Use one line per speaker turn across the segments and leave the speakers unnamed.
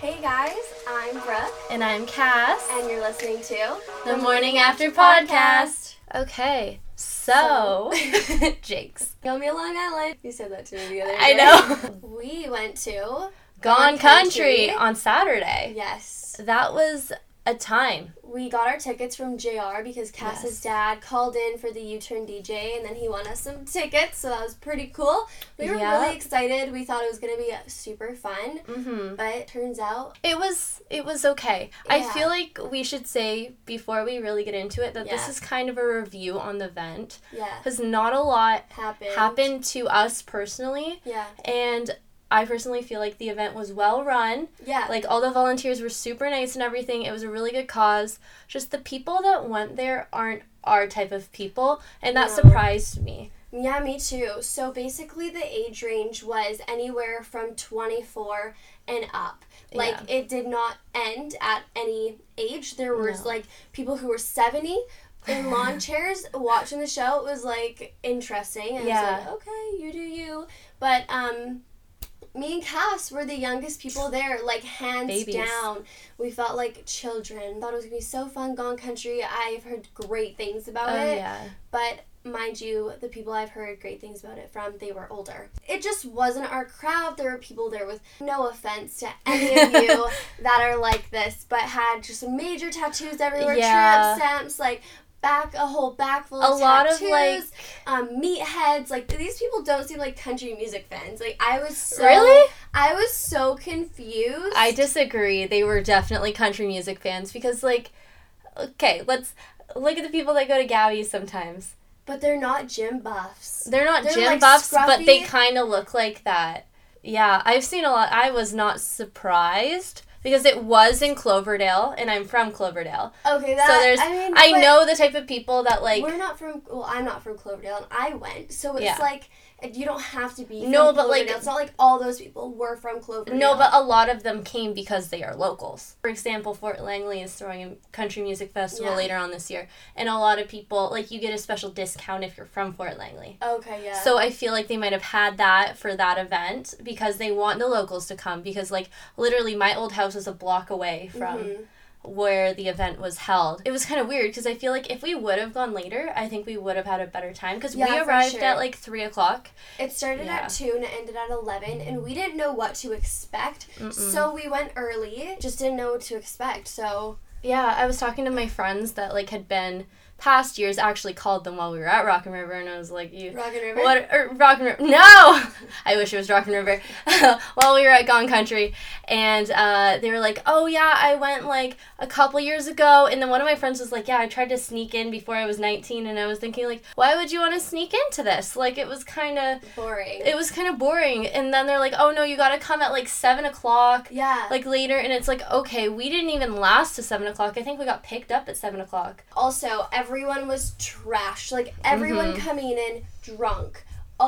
Hey guys, I'm Brooke,
And I'm Cass,
and you're listening to
the Morning After Podcast. Okay, so, Jake's
Go Me Long Island. You said that to me the other day.
I know.
We went to
Gone
Country.
Country on Saturday.
yes.
That was a time.
We got our tickets from JR because Cass's
Yes.
dad called in for the U-turn DJ, and then he won us some tickets, so that was pretty cool. We were
Yeah.
really excited. We thought it was gonna be super fun,
Mm-hmm.
but turns out
It was it was okay. I
Yeah.
feel like we should say before we really get into it that this
Yeah.
is kind of a review on the event
yeah,
because not a lot
happened.
happened to us personally,
Yeah,
and I personally feel like the event was well run.
yeah,
Like all the volunteers were super nice and everything. It was a really good cause. Just the people that went there aren't our type of people, and that
No.
surprised me.
Yeah, me too. So basically, the age range was anywhere from 24 and up. Like, it did not end at any age. There was
No.
like people who were 70 in lawn chairs watching the show. It was like interesting. And I was
Yeah.
like, okay, you do you. But, um,. Me and Cass were the youngest people there, like hands
Babies.
down. We felt like children. Thought it was gonna be so fun, Gone Country. I've heard great things about
Oh
it.
yeah.
But mind you, the people I've heard great things about it from, they were older. It just wasn't our crowd. There were people there with no offense to any of you that are like this, but had just major tattoos everywhere,
Yeah.
tramp stamps, like back a whole back full
A
of
lot of
tattoos,
like
um, meatheads. Like these people don't seem like country music fans. Like I was so
Really?
I was so confused.
I disagree. They were definitely country music fans because like okay, let's look at the people that go to Gabby's sometimes.
but they're not gym buffs.
They're not
They're,
gym
like,
buffs, but they
scruffy.
kind of look like that. Yeah, I've seen a lot. I was not surprised because it was in Cloverdale and I'm from Cloverdale.
Okay, that
so there's
I mean
I
but-
know the type of people that like
we're not from well i'm not from cloverdale and i went so it's
Yeah.
like you don't have to be
No,
from
but, like-
Cloverdale. it's not like all those people were from cloverdale
no, but a lot of them came because they are locals. For example, Fort Langley is throwing a country music festival
Yeah.
later on this year, and a lot of people like you get a special discount if you're from Fort Langley.
okay yeah
So I feel like they might have had that for that event because they want the locals to come because like literally my old house was a block away from
Mhm.
where the event was held. It was kind of weird because I feel like if we would have gone later, I think we would have had a better time because we
Yeah, for
arrived
sure.
at like three o'clock.
it started
yeah.
at 2 and it ended at 11 and we didn't know what to expect so we went early just didn't know what to expect so
Yeah, I was talking to my friends that like had been past years. Actually, called them while we were at Rock and River, and I was like, "You
rock and river
what? Or Rock and River? No, I wish it was Rock and River." while we were at Gone Country, and uh, they were like, "Oh yeah, I went like a couple years ago." And then one of my friends was like, "Yeah, I tried to sneak in before I was 19," and I was thinking like, "Why would you want to sneak into this? Like, it was kind of."
boring
It was kind of boring, and then they're like, "Oh no, you gotta come at like seven o'clock."
yeah
like later and it's like okay we didn't even last to seven o'clock i think we got picked up at seven o'clock
also everyone was trash like everyone
Mhm.
coming in drunk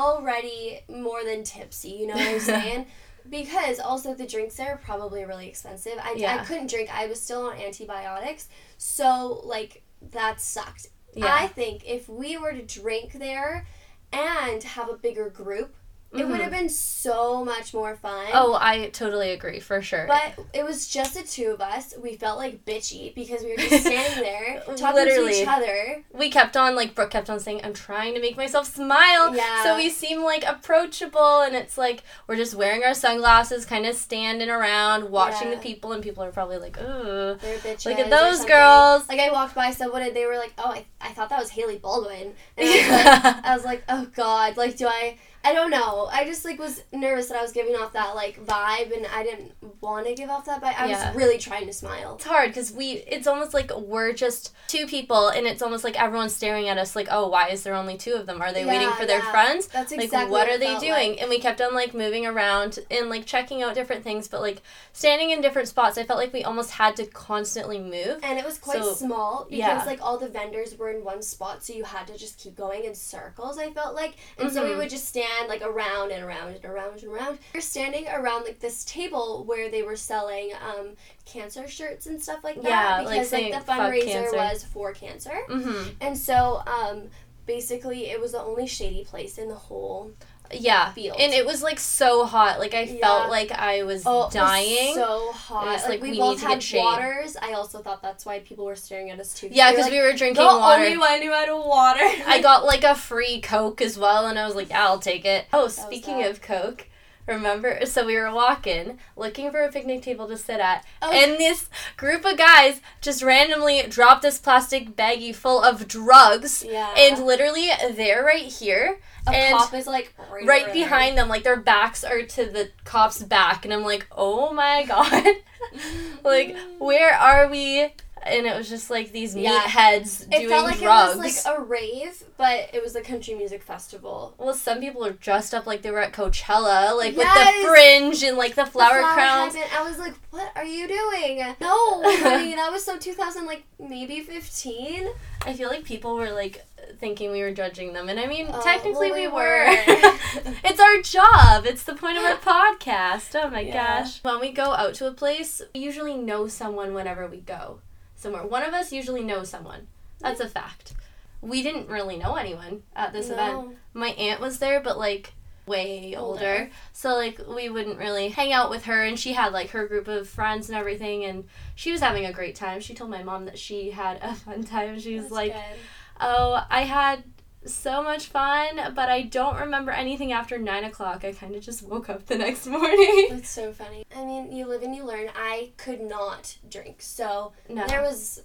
already more than tipsy you know what i'm saying because also the drinks there are probably really expensive I, I
Yeah.
couldn't drink i was still on antibiotics so like that sucked i
yeah
think if we were to drink there and have a bigger group it would have been so much more fun
Mm-hmm. oh i totally agree for sure
but it was just the two of us. We felt like bitchy because we were just standing there talking to
Literally.
each other.
we kept on like brooke kept on saying i'm trying to make myself smile
Yeah.
so we seem like approachable and it's like we're just wearing our sunglasses kind of standing around watching
Yeah.
the people and people are probably like ooh
They're bitches.
look at
or
those
something.
girls
Like I walked by someone and they were like, "Oh, I, I thought that was Haley Baldwin," and I was, like,
yeah.
I was like, "Oh God!" Like, do I? I don't know. I just like was nervous that I was giving off that like vibe, and I didn't want to give off that vibe. I
Yeah.
was really trying to smile.
it's hard because we it's almost like we're just two people and it's almost like everyone's staring at us like oh why is there only two of them are they waiting
Yeah,
for their
yeah.
friends
That's
like
exactly
what are
it
they
felt
doing
like.
and we kept on like moving around and like checking out different things but like standing in different spots i felt like we almost had to constantly move
And it was quite
So,
small because
yeah.
like all the vendors were in one spot, so you had to just keep going in circles. I felt like, and so we
Mhm.
would just stand like around and around and around and around. We were standing around like this table where they were selling um, cancer shirts and stuff like that.
Yeah, like
because like,
saying,
the
"Fuck
fundraiser
cancer."
was for cancer,
mm-hmm.
and so um, basically it was the only shady place in the whole
yeah,
field.
and it was like so hot. Like I
Yeah.
felt like I was
Oh, it was
dying.
so hot.
It was
like,
like,
we,
we
both
need to
had
get shade.
waters. I also thought that's why people were staring at us too.
yeah,
They were
because
like,
we were drinking
the
water.
only one who had water.
I got like a free Coke as well, and I was like, yeah, I'll take it. Oh,
was
speaking
that.
of Coke, remember? So we were walking, looking for a picnic table to sit at,
Oh.
and this group of guys just randomly dropped this plastic baggie full of drugs,
yeah.
and literally they're right here.
a
and
cop is like right,
Right
over
behind them, like their backs are to the cop's back, and I'm like, oh my god,
there.
like where are we? And it was just like these
Yeah.
meatheads
it
doing
felt like
drugs.
it was like a rave, but it was a country music festival.
Well, some people are dressed up like they were at Coachella, like with
Yes!
the fringe and like the flower, crowns.
And I was like, "What are you doing?" No, honey, that was so 2000, like maybe 15.
I feel like people were like thinking we were judging them, and I mean,
Oh,
technically
well,
we,
we
were.
were.
it's our job. It's the point of our podcast. Oh my
Yeah.
gosh! When we go out to a place, we usually know someone whenever we go somewhere. One of us usually knows someone. That's a fact. We didn't really know anyone at this event.
No.
my aunt was there but like way older.
Older.
so like we wouldn't really hang out with her and she had like her group of friends and everything and she was having a great time she told my mom that she had a fun time she was
That's
like
good.
oh i had so much fun but i don't remember anything after nine o'clock i kind of just woke up the next morning
That's so funny. I mean, you live and you learn. I could not drink, so
no
there was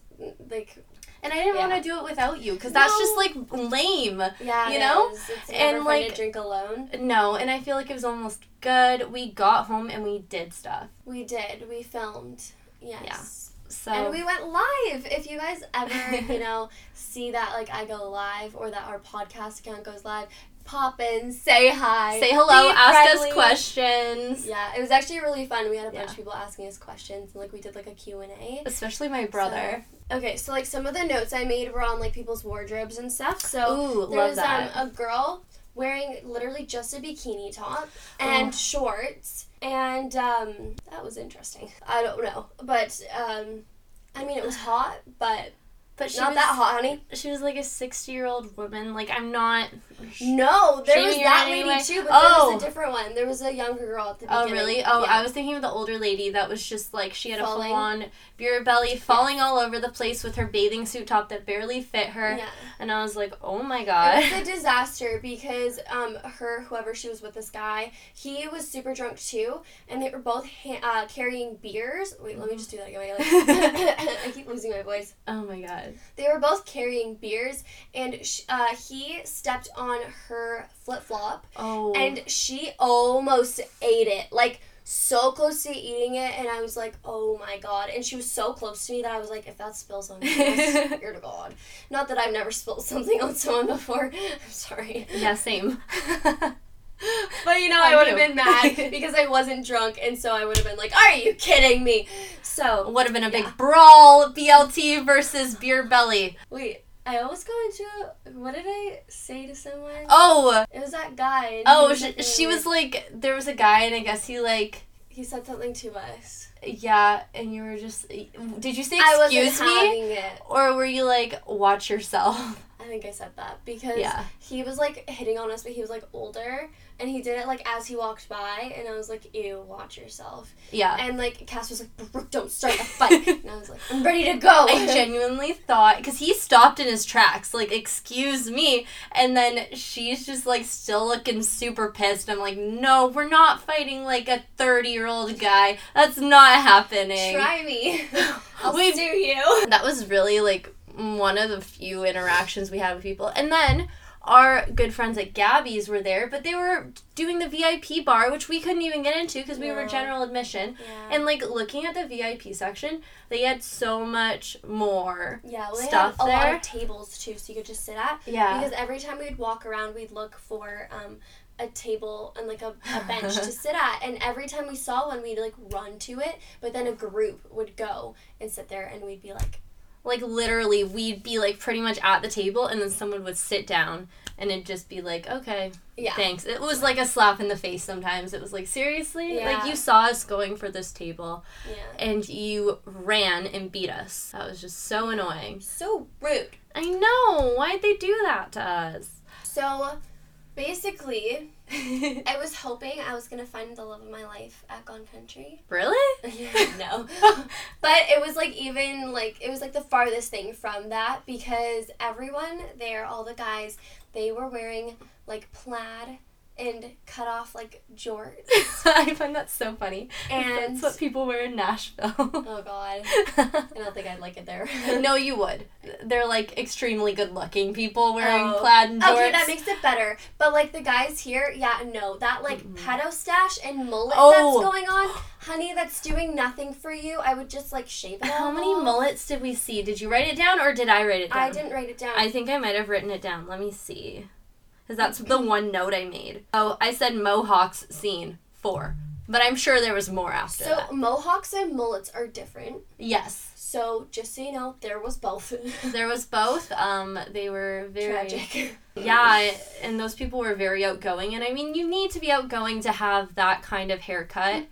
like,
and i didn't
yeah.
want to do it without you because that's
No.
just like lame
yeah,
You
it
know?
is. it's
And,
never fun
like-
to drink alone.
no and i feel like it was almost good we got home and we did stuff
We did. We filmed. Yes.
so
And we went live. If you guys ever, you know, see that like I go live or that our podcast account goes live, pop in, say hi,
say hello,
be
ask
friendly.
us questions.
Yeah, it was actually really fun. We had a bunch
Yeah.
of people asking us questions, and like we did like a Q and A.
Especially my brother.
Okay, so like some of the notes I made were on like people's wardrobes and stuff. So
Ooh,
There was Um, a girl wearing literally just a bikini top and
Oh.
shorts, and um, that was interesting. I don't know, but um, I mean, it was hot, but
but she
not
was,
that hot, honey.
She was like a sixty-year-old woman. Like I'm not.
No, there
Shaming
was
her
that
in any
lady
way?
too, but there
Oh.
was a different one. There was a younger girl at the
Oh
beginning.
really? Oh,
Yeah.
I was thinking of the older lady that was just like she had
Falling.
a full-on beer belly, falling all over the place with her bathing suit top that barely fit her.
Yeah.
And I was like, oh my god.
It was a disaster because um, her, whoever she was with, this guy, he was super drunk too, and they were both ha- uh, carrying beers. Wait,
Mm-hmm.
let me just do that again. Like, I keep losing my voice.
oh my god.
They were both carrying beers, and sh- uh, he stepped on her flip flop,
Oh.
and she almost ate it. Like, so close to eating it, and I was like, oh my god. And she was so close to me that I was like, if that spills on me, I swear to god. Not that I've never spilled something on someone before. I'm sorry.
yeah, same.
But you know,
On
I would have
you.
been mad because I wasn't drunk, and so I would have been like, "Are you kidding me?" So
Would have been a big
Yeah.
brawl. BLT versus beer belly.
wait, I almost got into a- what did I say to someone?
Oh.
It was that guy. and he
Oh,
was
she,
like,
she
"Mm."
was like, there was a guy, and I guess he like,
He said something to us.
yeah, and you were just, did you say
I wasn't
excuse me,
having it.
or were you like, watch yourself?
I think I said that because
Yeah.
he was like hitting on us, but he was like older, and he did it like as he walked by, and I was like, "Ew, watch yourself."
Yeah,
And like Cass was like, "Brooke, don't start a fight," and I was like, "I'm ready to go."
I genuinely thought because he stopped in his tracks, like, excuse me, and then she's just like still looking super pissed. I'm like, no, we're not fighting like a thirty year old guy. That's not happening.
Try me. I'll
We've-
sue you.
that was really like one of the few interactions we had with people. And then our good friends at Gabby's were there, but they were doing the VIP bar, which we couldn't even get into because we were
No.
general admission.
Yeah.
And like looking at the VIP section, they had so much more.
yeah, well, they
stuff
had a lot
there.
of tables too, so you could just sit at.
Yeah.
Because every time we'd walk around, we'd look for um, a table and like a, a bench to sit at. And every time we saw one, we'd like run to it. But then a group would go and sit there, and we'd be like,
like literally, we'd be like pretty much at the table, and then someone would sit down, and it'd just be like, okay,
yeah.
thanks. It was like a slap in the face sometimes. It was like, seriously?
Yeah.
Like, you saw us going for this table.
Yeah.
and you ran and beat us. That was just so annoying.
So rude.
I know. Why'd they do that to us?
So basically, I was hoping I was gonna find the love of my life at Gone Country.
really?
no. but it was like even like it was like the farthest thing from that because everyone there, all the guys, they were wearing like plaid and cut off like jorts.
I find that so funny.
And
That's what people wear in Nashville.
oh god. I don't think I'd like it there.
no, you would. They're like extremely good-looking people wearing
Oh.
plaid and jorts.
Okay, that makes it better. But like the guys here, yeah, no, that like pedo stash and mullet
Mm-hmm. Oh.
that's going on, honey, that's doing nothing for you. I would just like shave it.
How
all
many
off.
mullets did we see? Did you write it down or did I write it down?
I didn't write it down.
I think I might have written it down. Let me see. Because that's the one note I made. Oh, I said Mohawks scene four. But I'm sure there was more after
so
that.
mohawks and mullets are different.
Yes.
So just so you know, there was both.
There was both. Um, they were very
Tragic.
Yeah, and those people were very outgoing. And I mean, you need to be outgoing to have that kind of haircut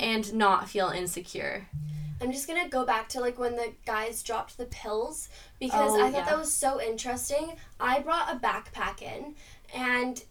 and not feel insecure.
I'm just gonna go back to like when the guys dropped the pills because
Oh,
I thought
yeah.
that was so interesting. I brought a backpack in and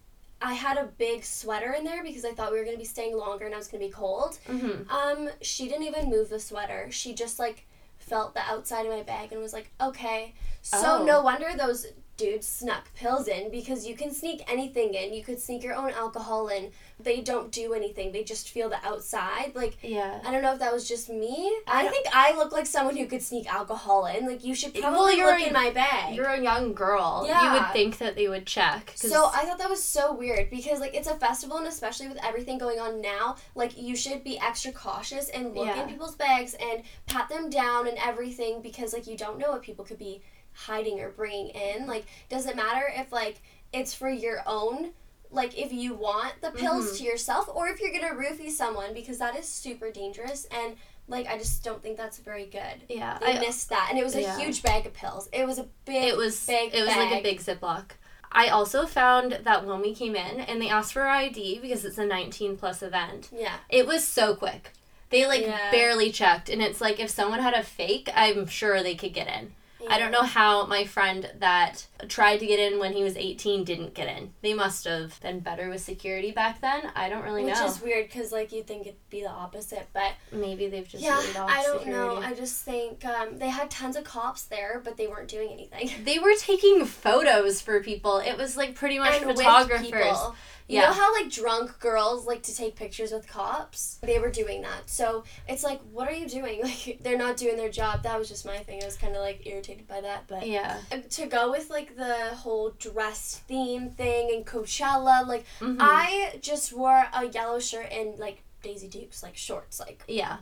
I had a big sweater in there because I thought we were gonna be staying longer and I was gonna be cold.
Mm-hmm.
Um, she didn't even move the sweater. She just like felt the outside of my bag and was like, okay. So
Oh.
no wonder those dudes snuck pills in because you can sneak anything in. You could sneak your own alcohol in. They don't do anything. They just feel the outside. Like
Yeah.
I don't know if that was just me. I, think I look like someone who could sneak alcohol in. Like you should
Well,
probably
you're
look
a-
in my bag.
You're a young girl. You would
Yeah.
think that they would check. 'cause-
So I thought that was so weird because like it's a festival and especially with everything going on now, like you should be extra cautious and look
Yeah.
in people's bags and pat them down and everything because like you don't know what people could be hiding or bringing in. Like doesn't matter if like it's for your own like if you want the pills
Mm-hmm.
to yourself or if you're gonna roofie someone because that is super dangerous and like I just don't think that's very good.
yeah.
I
I-
missed that and it was a
Yeah.
huge bag of pills. It was a big
It was
big
it was like a
bag.
big Ziploc. I also found that when we came in and they asked for our ID because it's a 19 plus event,
yeah.
it was so quick. They like
Yeah.
barely checked, and it's like if someone had a fake, I'm sure they could get in. I don't know how my friend that tried to get in when he was 18 didn't get in. They must have been better with security back then. I don't really
Which
know.
is weird because like you'd think it'd be the opposite, but
Maybe they've just
yeah,
laid off
I don't
security.
know. I just think um, they had tons of cops there, but they weren't doing anything.
They were taking photos for people. It was like pretty much
with
photographers.
people. You
Yeah.
know how like drunk girls like to take pictures with cops? They were doing that. So it's like, what are you doing? Like they're not doing their job. That was just my thing. I was kind of like irritated by that, but
Yeah.
Um, to go with like the whole dress theme thing and Coachella, like
Mhm.
I just wore a yellow shirt and like Daisy Dukes like shorts, like
Yeah.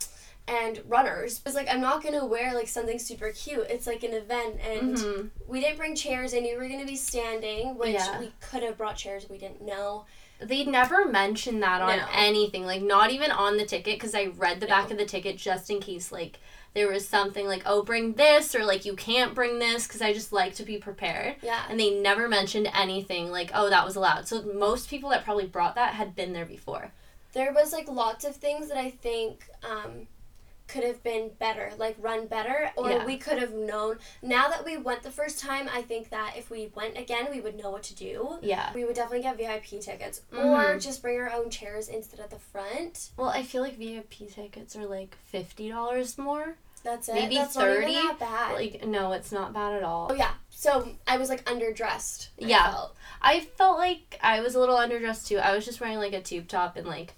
and runners. It's like I'm not gonna wear like something super cute. It's like an event, and
Mhm.
we didn't bring chairs. I knew we were gonna be standing, which
Yeah.
we could have brought chairs. We didn't know.
They never mentioned that on
No.
anything, like not even on the ticket, because I read the back
No.
of the ticket just in case, like there was something like, oh, bring this, or like you can't bring this, because I just like to be prepared.
Yeah,
And they never mentioned anything like, oh, that was allowed. So most people that probably brought that had been there before.
there was like lots of things that I think. Um, could have been better, like run better, or
Yeah.
we could have known. Now that we went the first time, I think that if we went again, we would know what to do.
Yeah.
We would definitely get VIP tickets, or
Mhm.
just bring our own chairs instead at the front.
Well, I feel like VIP tickets are like fifty dollars more.
That's it.
Maybe
That's not even
30?
that bad.
Like, no, it's not bad at all.
Oh yeah. So I was like underdressed. I
Yeah.
felt.
I felt like I was a little underdressed too. I was just wearing like a tube top and like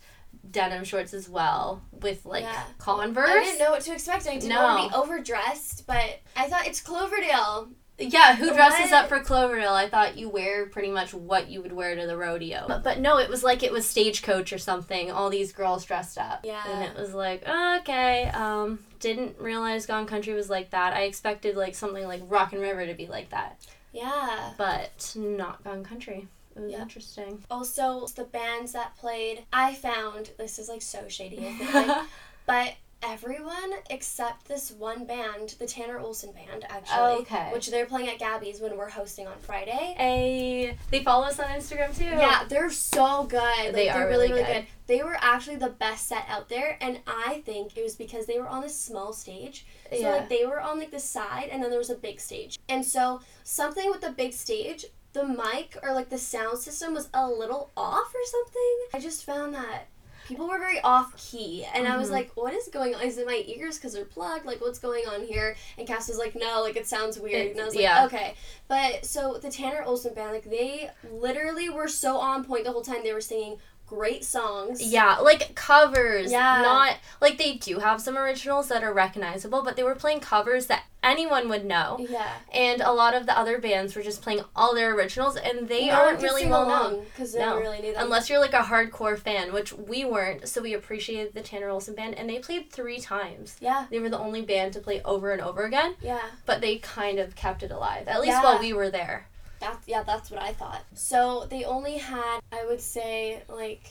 denim shorts as well with like
Yeah.
Converse.
I didn't know what to expect. I didn't
No.
want to be overdressed, but I thought it's Cloverdale.
Yeah, who dresses
What?
up for Cloverdale? I thought you wear pretty much what you would wear to the rodeo. But, but no, it was like it was stagecoach or something. All these girls dressed up.
Yeah.
And it was like, okay, um, didn't realize Gone Country was like that. I expected like something like Rock and River to be like that,
Yeah.
but not Gone Country. It was
Yeah.
interesting.
Also, the bands that played, I found this is like so shady, I feel like, but everyone except this one band, the Tanner Olson band, actually,
Okay.
which they're playing at Gabby's when we're hosting on Friday.
Hey, they follow us on Instagram too.
Yeah, they're so good. Like,
They
they're
are
really,
really
really
good.
good. They were actually the best set out there, and I think it was because they were on this small stage. So
Yeah.
like they were on like the side and then there was a big stage. And so something with the big stage the mic or like the sound system was a little off or something. I just found that people were very off key, and I was
Mhm.
like, "What is going on? Is it my ears because they're plugged? Like, what's going on here?" And Cass was like, "No, like it sounds weird."
It-
and I was like,
yeah.
"Okay." But so the Tanner Olsen band, like they literally were so on point the whole time. They were singing great songs.
Yeah, like covers.
Yeah.
Not like they do have some originals that are recognizable, but they were playing covers that anyone would know.
yeah.
And a lot of the other bands were just playing all their originals and they
No one
aren't
could
really
sing
well known.
along because no
No.
one really knew them.
Unless you're like a hardcore fan, which we weren't, so we appreciated the Tanner Olsen band and they played three times.
yeah,
They were the only band to play over and over again,
yeah.
but they kind of kept it alive, at least
Yeah.
while we were there.
That's yeah, that's what I thought. So they only had, I would say, like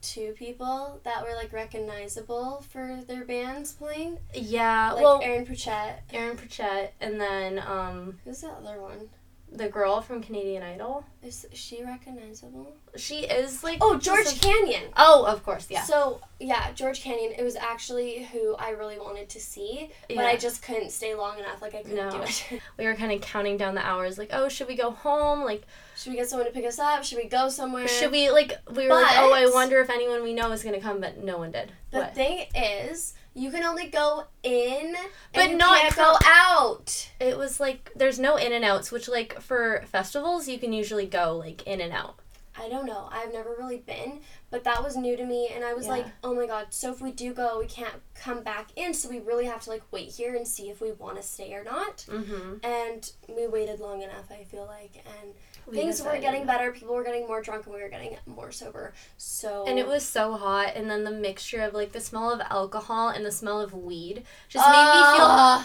two people that were like recognizable for their bands playing.
Yeah,
Like
well,
Aaron Pratchett.
Aaron Pratchett and then um,
Who's the other one?
the girl from Canadian Idol.
Is she recognizable?
She is like
Oh,
just
George
a-
Canyon.
Oh, of course, yeah.
So yeah, George Canyon. It was actually who I really wanted to see, but
Yeah.
I just couldn't stay long enough. Like I couldn't
No.
do it.
we were kind of counting down the hours, like, oh, should we go home? Like,
Should we get someone to pick us up? Should we go somewhere?
should we? Like, we were like, oh, I
But-
wonder if anyone we know is gonna come, but no one did.
The
What?
thing is, you can only go in,
But
and you
not
can't
come-
go out.
It was like there's no in and outs, which like for festivals you can usually go like in and out.
I don't know. I've never really been, but that was new to me, and I was
Yeah.
like, oh my god. So if we do go, we can't come back in, so we really have to like wait here and see if we want to stay or not.
Mm-hmm.
And we waited long enough. I feel like, and things were getting better. People were getting more drunk, and we were getting more sober. So
And it was so hot, and then the mixture of like the smell of alcohol and the smell of weed just
Ugh.
made me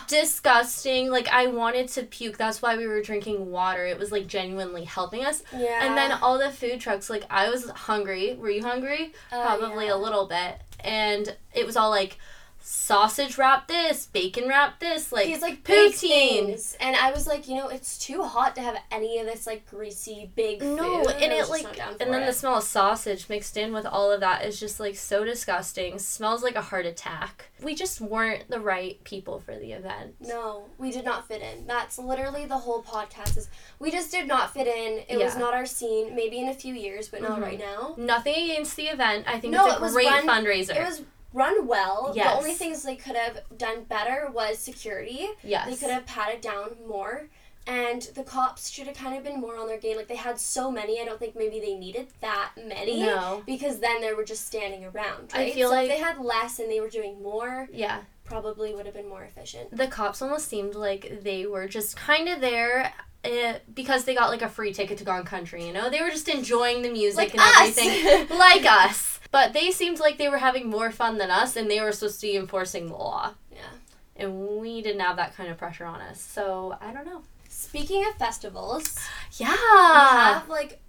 feel disgusting. Like I wanted to puke. That's why we were drinking water. It was like genuinely helping us.
yeah. uh,
And then all the food trucks, like I was hungry. Were you hungry?
Uh,
Probably
yeah.
a little bit. And it was all like sausage wrap this, bacon wrap this, like
These like big
poutine.
things. and I was like, you know, it's too hot to have any of this like greasy big food.
No,
I
and
was
it
just
like,
not down for
and then
it.
the smell of sausage mixed in with all of that is just like so disgusting. Smells like a heart attack. We just weren't the right people for the event.
No, we did not fit in. That's literally the whole podcast is we just did not fit in. It was
Yeah.
not our scene. Maybe in a few years, but not
Mhm.
right now.
Nothing against the event. I think
No,
it's a
it was
great
run-
fundraiser.
It was run well.
Yes.
The only things they could have done better was security.
yes.
They could have patted down more. And the cops should have kind of been more on their game. Like they had so many, I don't think maybe they needed that many.
No.
because then they were just standing around.
I
Right?
feel
so
like-
if they had less and they were doing more,
Yeah.
probably would have been more efficient.
the cops almost seemed like they were just kind of there uh, because they got like a free ticket to Gone Country, you know? They were just enjoying the
Like
music and
us!
everything. like us. But they seemed like they were having more fun than us and they were supposed to be enforcing the law.
Yeah.
And we didn't have that kind of pressure on us. So I don't know.
Speaking of festivals,
Yeah.
we
Ah.
have like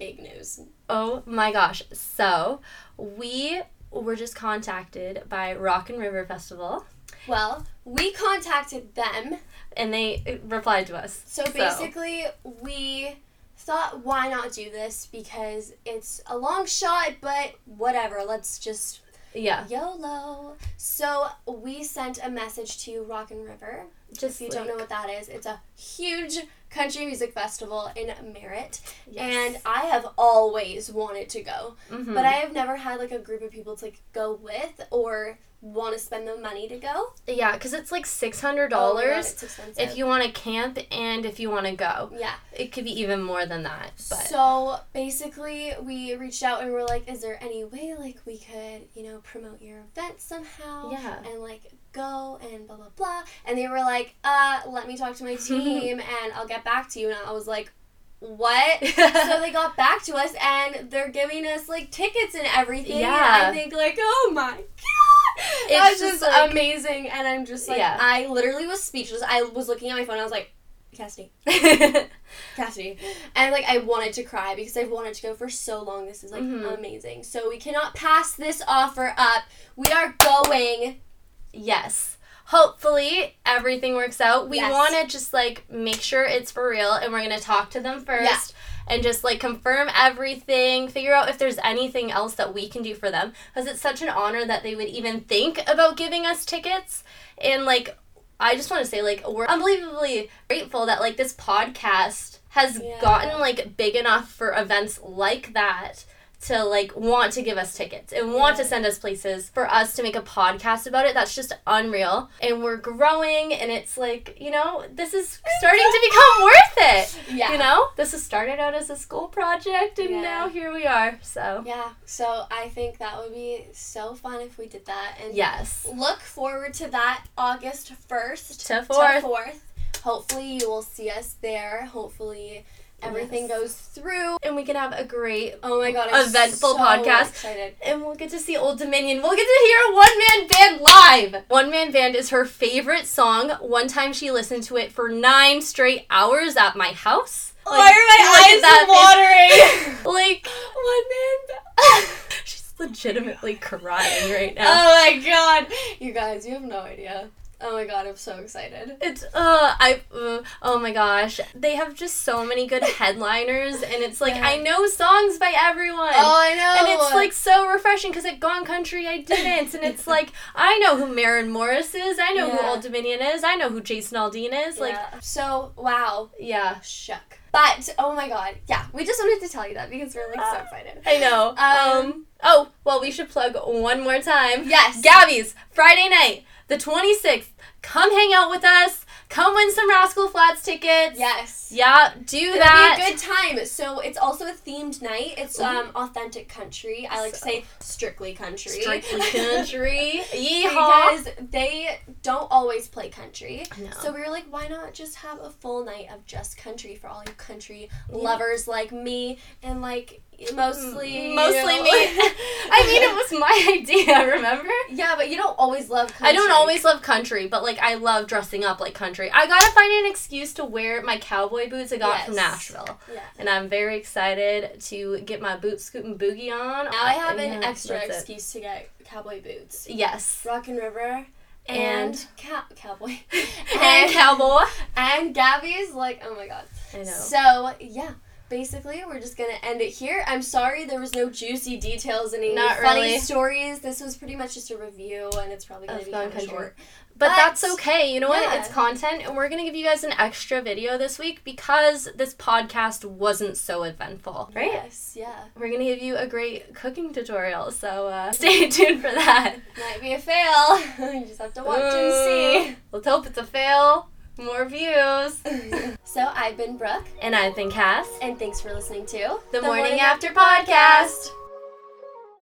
big news.
Oh my gosh. So we were just contacted by Rock and River Festival
Well, we contacted them,
and they uh, replied to us.
so basically we thought why not do this because it's a long shot, but whatever. Let's just
yeah.
YOLO. So we sent a message to Rock and River. If
Just
you don't know what
like-
that is, it's a huge country music festival in Merritt.
Yes.
And I have always wanted to go,
Mhm.
but I have never had like a group of people to like go with or want to spend the money to go.
Yeah, because it's like six hundred
Oh my God,
dollars
it's expensive.
if you want to camp and if you want to go.
yeah.
It could be even more than that. But
So basically, we reached out and we're like, "Is there any way like we could, you know, promote your event somehow?"
Yeah.
And like go and blah blah blah. And they were like, "Uh, let me talk to my team and I'll get back to you." And I was like, "What?" so they got back to us and they're giving us like tickets and everything. And
Yeah.
I think like, oh my god, that's
just,
just,
like-
amazing. And I'm just like,
Yeah.
I literally was speechless. I was looking at my phone. I was like, Cassidy, Cassidy, and like I wanted to cry because I've wanted to go for so long. This is like
Mhm.
amazing. So we cannot pass this offer up. We are going.
yes. Hopefully everything works out. We
Yes.
want to just like make sure it's for real and we're going to talk to them first and just like confirm everything, figure out if there's anything else that we can do for them because it's such an honor that they would even think about giving us tickets and like I just want to say like we're unbelievably grateful that like this podcast has
Yeah.
gotten like big enough for events like that to like want to give us tickets and want to
Yeah.
send us places for us to make a podcast about it that's just unreal and we're growing and it's like you know this is starting to become worth it
Yeah.
you know this has started out as a school project and
Yeah.
now here we are so
Yeah. So I think that would be so fun if we did that. And
yes
look forward to that August 1st
to
to
fourth
4th. Hopefully, you will see us there. Hopefully, everything
Yes.
goes through.
and we can have a great
Oh my god, I'm
Eventful
so
podcast.
Excited.
and we'll get to see Old Dominion. We'll get to hear One Man Band live. One Man Band is her favorite song. One time she listened to it for nine straight hours at my house.
Why are my eyes watering?
watering? like
One man.
she's legitimately crying right now.
Oh my god. You guys, you have no idea. Oh my god, I'm so excited.
It's uh I uh, oh my gosh they have just so many good headliners and it's like
Yeah.
I know songs by everyone
Oh, I know.
and it's like so refreshing because at Gone Country I didn't and it's like I know who Marin Morris is I know who
Yeah.
Old Dominion is I know who Jason Aldean is like
so wow,
Yeah,
shuck. But oh my god, yeah, we just wanted to tell you that because we're like so excited.
I know. Um,
Um,
oh, well, we should plug one more time.
Yes.
Gabby's Friday night, the 26th. Come hang out with us. Come win some Rascal Flats tickets.
Yes.
Yeah, do
It'll
that.
be a good time. So it's also a themed night. It's um authentic country. I like to
So-
say strictly country.
Strictly country. Yeehaw.
because they don't always play country.
No.
So we were like, why not just have a full night of just country for all you country
Yeah.
lovers like me and like mostly
Mm, Mostly
you.
me. I mean, it was my idea, remember?
yeah, but you don't always love country.
I don't always love country, but like I love dressing up like country. I gotta find an excuse to wear my cowboy boots I got from
Yes.
Nashville.
Yeah.
and I'm very excited to get my boot scootin' boogie on.
Now I have
Uh,
an
yeah,
extra
that's it.
excuse to get cowboy boots.
Yes.
Rock and River and,
And
cow- cowboy
and cowboy.
and Gabby's like, oh my god.
I know.
So yeah, basically we're just gonna end it here. I'm sorry there was no juicy details and any
Not
funny
really.
stories. This was pretty much just a review, and it's probably gonna
Of
be
Gone
kind
Country.
of short.
but,
but-
that's okay. You know what?
yeah.
It's content, and we're gonna give you guys an extra video this week because this podcast wasn't so eventful, right?
Yes, yeah.
We're gonna give you a great cooking tutorial, so uh, stay tuned for that.
Might be a fail. you just have to watch and
Ooh. Let's hope it's a fail. More views.
see. so I've been Brooke,
And I've been Cass.
and thanks for listening to
The Morning After Podcast.